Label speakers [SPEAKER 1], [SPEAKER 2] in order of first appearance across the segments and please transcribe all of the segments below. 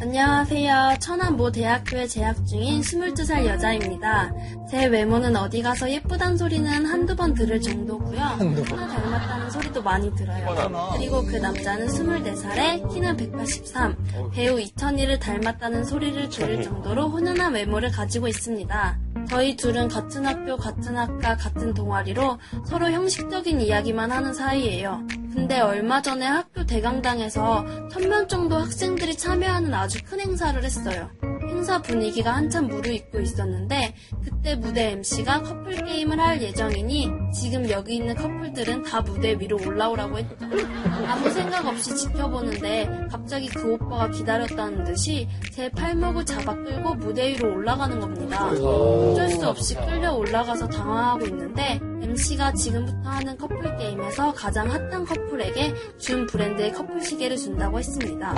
[SPEAKER 1] 안녕하세요. 천안모 대학교에 재학 중인 22살 여자입니다. 제 외모는 어디 가서 예쁘단 소리는 한두 번 들을 정도고요. 하나 닮았다는 소리도 많이 들어요. 그리고 그 남자는 24살에 키는 183, 배우 이천희를 닮았다는 소리를 들을 정도로 훈훈한 외모를 가지고 있습니다. 저희 둘은 같은 학교, 같은 학과, 같은 동아리로 서로 형식적인 이야기만 하는 사이예요. 근데 얼마 전에 학교 대강당에서 천 명 정도 학생들이 참여하는 아주 큰 행사를 했어요. 행사 분위기가 한참 무르익고 있었는데 그때 무대 MC가 커플 게임을 할 예정이니 지금 여기 있는 커플들은 다 무대 위로 올라오라고 했죠. 아무 생각 없이 지켜보는데 갑자기 그 오빠가 기다렸다는 듯이 제 팔목을 잡아 끌고 무대 위로 올라가는 겁니다. 어쩔 수 없이 끌려 올라가서 당황하고 있는데 MC가 지금부터 하는 커플 게임에서 가장 핫한 커플에게 준 브랜드의 커플 시계를 준다고 했습니다.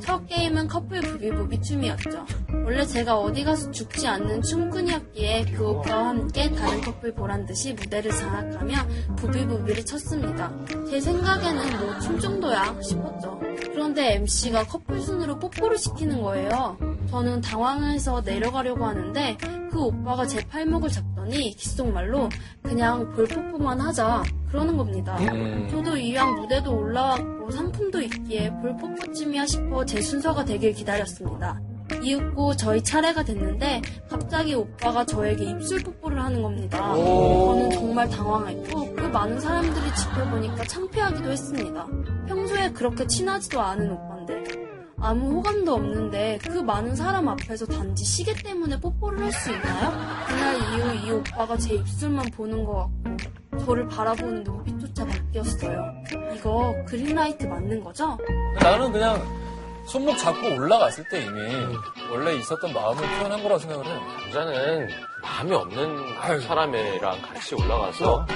[SPEAKER 1] 첫 게임은 커플 부비부비 춤이었죠. 원래 제가 어디 가서 죽지 않는 춤꾼이었기에 그 오빠와 함께 다른 커플 보란 듯이 무대를 장악하며 부비부비를 쳤습니다. 제 생각에는 뭐 춤 정도야 싶었죠. 그런데 MC가 커플 순으로 뽀뽀를 시키는 거예요. 저는 당황해서 내려가려고 하는데 그 오빠가 제 팔목을 잡더니 귓속말로 그냥 볼 뽀뽀만 하자 그러는 겁니다.
[SPEAKER 2] 음.
[SPEAKER 1] 저도 이왕 무대도 올라왔고 상품도 있기에 볼 뽀뽀쯤이야 싶어 제 순서가 되길 기다렸습니다. 이윽고 저희 차례가 됐는데 갑자기 오빠가 저에게 입술 뽀뽀를 하는 겁니다. 저는 정말 당황했고 그 많은 사람들이 지켜보니까 창피하기도 했습니다. 평소에 그렇게 친하지도 않은 오빠인데 아무 호감도 없는데 그 많은 사람 앞에서 단지 시계 때문에 뽀뽀를 할 수 있나요? 그날 이후 이 오빠가 제 입술만 보는 것 같고 저를 바라보는 눈빛조차 바뀌었어요. 이거 그린라이트 맞는 거죠?
[SPEAKER 2] 나는 그냥 손목 잡고 올라갔을 때 이미 원래 있었던 마음을 표현한 거라고 생각을 해.
[SPEAKER 3] 남자는 마음이 없는 사람이랑 같이 올라가서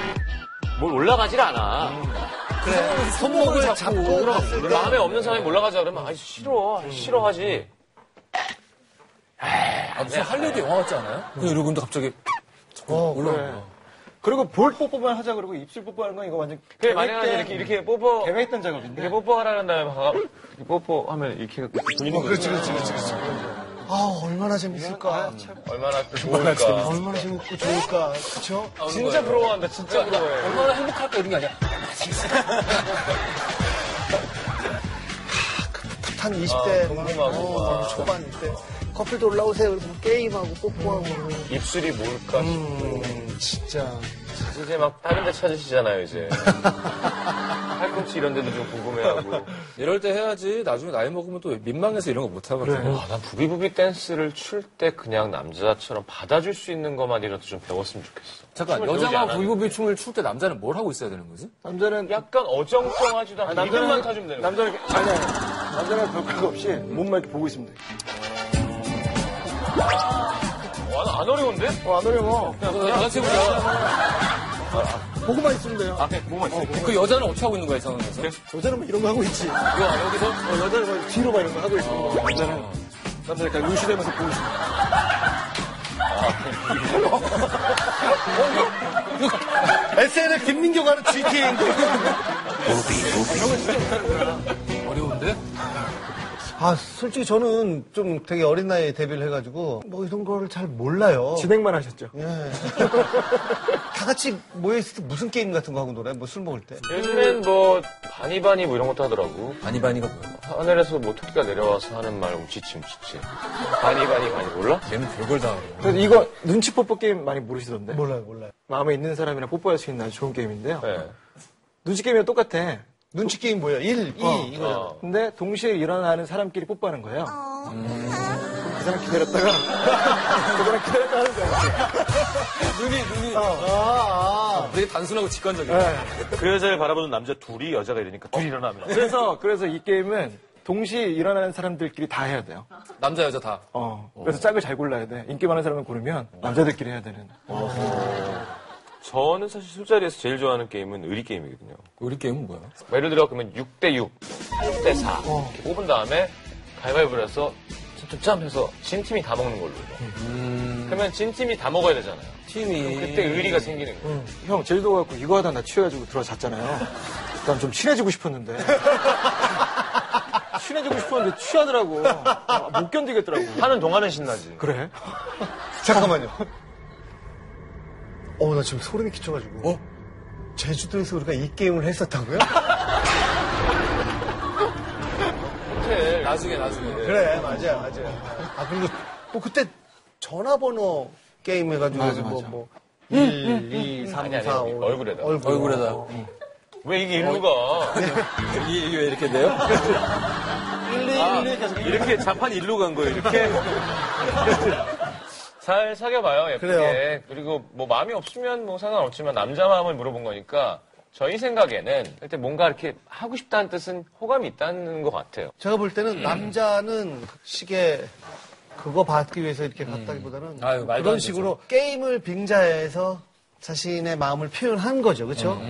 [SPEAKER 3] 뭘 올라가질 않아. 그
[SPEAKER 4] 그래. 손목을 잡고
[SPEAKER 2] 그
[SPEAKER 4] 올라갔을 때
[SPEAKER 3] 마음에 없는 사람이 올라가자 그러면 아 싫어 싫어하지.
[SPEAKER 2] 아, 무슨 할리우드 영화 같지 않아요? 그냥 이러고 있는데 음. 갑자기
[SPEAKER 4] 어,
[SPEAKER 2] 올라오는
[SPEAKER 4] 그래.
[SPEAKER 2] 거야.
[SPEAKER 4] 그리고 볼 뽀뽀만 하자 그러고 입술 뽀뽀하는 건 이거 완전
[SPEAKER 3] 그래 만약에 그러니까 이렇게 이렇게 뽀뽀
[SPEAKER 4] 계획했던
[SPEAKER 3] 이렇게
[SPEAKER 4] 작업인데.
[SPEAKER 3] 뽀뽀하라는 다음에 가가 이렇게 뽀뽀하면 이렇게 분위기
[SPEAKER 5] 그렇지, 그렇지, 그렇지, 그렇지. 아, 얼마나
[SPEAKER 4] 아,
[SPEAKER 5] 재밌을까.
[SPEAKER 3] 얼마나 또 좋을까.
[SPEAKER 5] 얼마나 재밌고 좋을까. 그쵸?
[SPEAKER 4] 아,
[SPEAKER 3] 진짜 부러워한다 진짜 부러워해.
[SPEAKER 2] 얼마나 행복할까 이런 게 아니야.
[SPEAKER 4] 아,
[SPEAKER 5] 한 20대 막,
[SPEAKER 3] 궁금하고
[SPEAKER 5] 어,
[SPEAKER 3] 막.
[SPEAKER 5] 초반 때 커플도 올라오세요. 그래서 막 게임하고 뽀뽀하고
[SPEAKER 3] 입술이 뭘까 싶고
[SPEAKER 5] 음, 진짜
[SPEAKER 3] 이제 막 다른 데 찾으시잖아요 이제. 팔꿈치 이런 데도 좀 궁금해하고.
[SPEAKER 2] 이럴 때 해야지 나중에 나이 먹으면 또 민망해서 이런 거 못 하거든.
[SPEAKER 3] 아, 난 부비부비 댄스를 출 때 그냥 남자처럼 받아줄 수 있는 것만이라도 좀 배웠으면 좋겠어.
[SPEAKER 2] 잠깐
[SPEAKER 3] 춤을 배우지
[SPEAKER 2] 여자가
[SPEAKER 3] 않았는데.
[SPEAKER 2] 부비부비 춤을 출 때 남자는 뭘 하고 있어야 되는 거지?
[SPEAKER 4] 남자는
[SPEAKER 3] 약간 어정쩡하지도 않고 이름만 타주면 되는 거야.
[SPEAKER 4] 남자는 이렇게- 아니 아니. 남자는 별거 없이 몸만 이렇게 보고 있습니다.
[SPEAKER 3] 와, 나안 어려운데?
[SPEAKER 4] 안 어려워.
[SPEAKER 2] 아, 여자친구야. 아.
[SPEAKER 5] 보고만 있으면 돼요.
[SPEAKER 3] 앞에 뭐만 있어.
[SPEAKER 2] 그 여자는 어떻게 하고 있는 거야 이 상황에서?
[SPEAKER 5] 저자는 뭐 이런 거 하고 있지.
[SPEAKER 2] 이거 여기서
[SPEAKER 4] 어, 여자는 막 뒤로 막 이런 거 하고 있어. 남자는 남자 약간 루시되면서 아, 보고 있어.
[SPEAKER 5] SNL 김민교 가는 GTA인데.
[SPEAKER 2] 어려운데?
[SPEAKER 5] 아, 솔직히 저는 좀 되게 어린 나이에 데뷔를 해가지고 뭐 이런 거를 잘 몰라요.
[SPEAKER 4] 진행만 하셨죠.
[SPEAKER 5] 예. 다 같이 모여있을 때 무슨 게임 같은 거 하고 놀아요? 뭐 술 먹을 때?
[SPEAKER 3] 요즘엔 뭐, 바니바니 뭐 이런 것도 하더라고.
[SPEAKER 2] 바니바니가 뭐야?
[SPEAKER 3] 하늘에서 뭐 토끼가 내려와서 하는 말, 움치치, 움치치. 바니바니, 바니, 몰라?
[SPEAKER 2] 걔는 별걸 다 하고.
[SPEAKER 4] 그래서 이거 눈치 뽀뽀 게임 많이 모르시던데.
[SPEAKER 5] 몰라요, 몰라요.
[SPEAKER 4] 마음에 있는 사람이랑 뽀뽀할 수 있는 아주 좋은 게임인데요.
[SPEAKER 3] 네.
[SPEAKER 4] 눈치 게임이랑 똑같아.
[SPEAKER 5] 눈치 게임 뭐예요? 1, 2, 이거잖아.
[SPEAKER 3] 어.
[SPEAKER 4] 근데 동시에 일어나는 사람끼리 뽀뽀하는 거예요. 그 사람 기다렸다가 그 사람 기다렸다가 하는 거야.
[SPEAKER 2] 눈이 눈이
[SPEAKER 5] 아,
[SPEAKER 2] 되게 단순하고 직관적이야.
[SPEAKER 6] 그 여자를 바라보는 남자 둘이 여자가 이러니까 둘이 일어나면
[SPEAKER 4] 그래서 그래서 이 게임은 동시에 일어나는 사람들끼리 다 해야 돼요.
[SPEAKER 2] 남자 여자 다.
[SPEAKER 4] 어. 그래서 짝을 잘 골라야 돼. 인기 많은 사람을 고르면 남자들끼리 해야 되는.
[SPEAKER 6] 저는 사실 술자리에서 제일 좋아하는 게임은 의리 게임이거든요
[SPEAKER 2] 우리 게임은 뭐야?
[SPEAKER 3] 뭐 예를 들어, 그러면 6대6, 6대4. 뽑은 다음에 가위바위보를 해서 참 해서 진 팀이 다 먹는 걸로. 그러면 진 팀이 다 먹어야 되잖아요.
[SPEAKER 2] 팀이
[SPEAKER 3] 그때 의리가 생기는 거예요.
[SPEAKER 4] 형 제일 도와갖고 이거 하다 나 취해가지고 들어잤잖아요. 난 좀 친해지고 싶었는데 친해지고 싶었는데 취하더라고. 아, 못 견디겠더라고.
[SPEAKER 6] 하는 동안은 신나지.
[SPEAKER 4] 그래?
[SPEAKER 5] 잠깐만요. 어, 나 지금 소름이 끼쳐가지고.
[SPEAKER 2] 어?
[SPEAKER 5] 제주도에서 우리가 이 게임을 했었다고요?
[SPEAKER 2] 나중에 나중에.
[SPEAKER 5] 그래, 맞아요, 맞아요. 아, 그리고 뭐 그때 전화번호 게임
[SPEAKER 2] 아,
[SPEAKER 5] 해가지고 뭐, 뭐 1, 2, 3,
[SPEAKER 3] 아니, 아니,
[SPEAKER 5] 4,
[SPEAKER 3] 아니,
[SPEAKER 5] 5.
[SPEAKER 3] 얼굴에다.
[SPEAKER 2] 얼굴에다.
[SPEAKER 6] 왜 이게 일로 가?
[SPEAKER 2] 이- 이게 왜 이렇게 돼요?
[SPEAKER 6] 이렇게 자판 일로 간 거예요, 이렇게?
[SPEAKER 3] 잘 사귀어봐요, 예쁘게.
[SPEAKER 5] 그래요.
[SPEAKER 3] 그리고 뭐 마음이 없으면 뭐 상관없지만 남자 마음을 물어본 거니까 저희 생각에는 일단 뭔가 이렇게 하고 싶다는 뜻은 호감이 있다는 것 같아요.
[SPEAKER 5] 제가 볼
[SPEAKER 2] 음.
[SPEAKER 5] 때는 남자는 시계 그거 받기 위해서 이렇게 갔다기보다는
[SPEAKER 2] 음. 아유, 말도 안
[SPEAKER 5] 그런
[SPEAKER 2] 되죠.
[SPEAKER 5] 식으로 게임을 빙자해서 자신의 마음을 표현한 거죠, 그렇죠?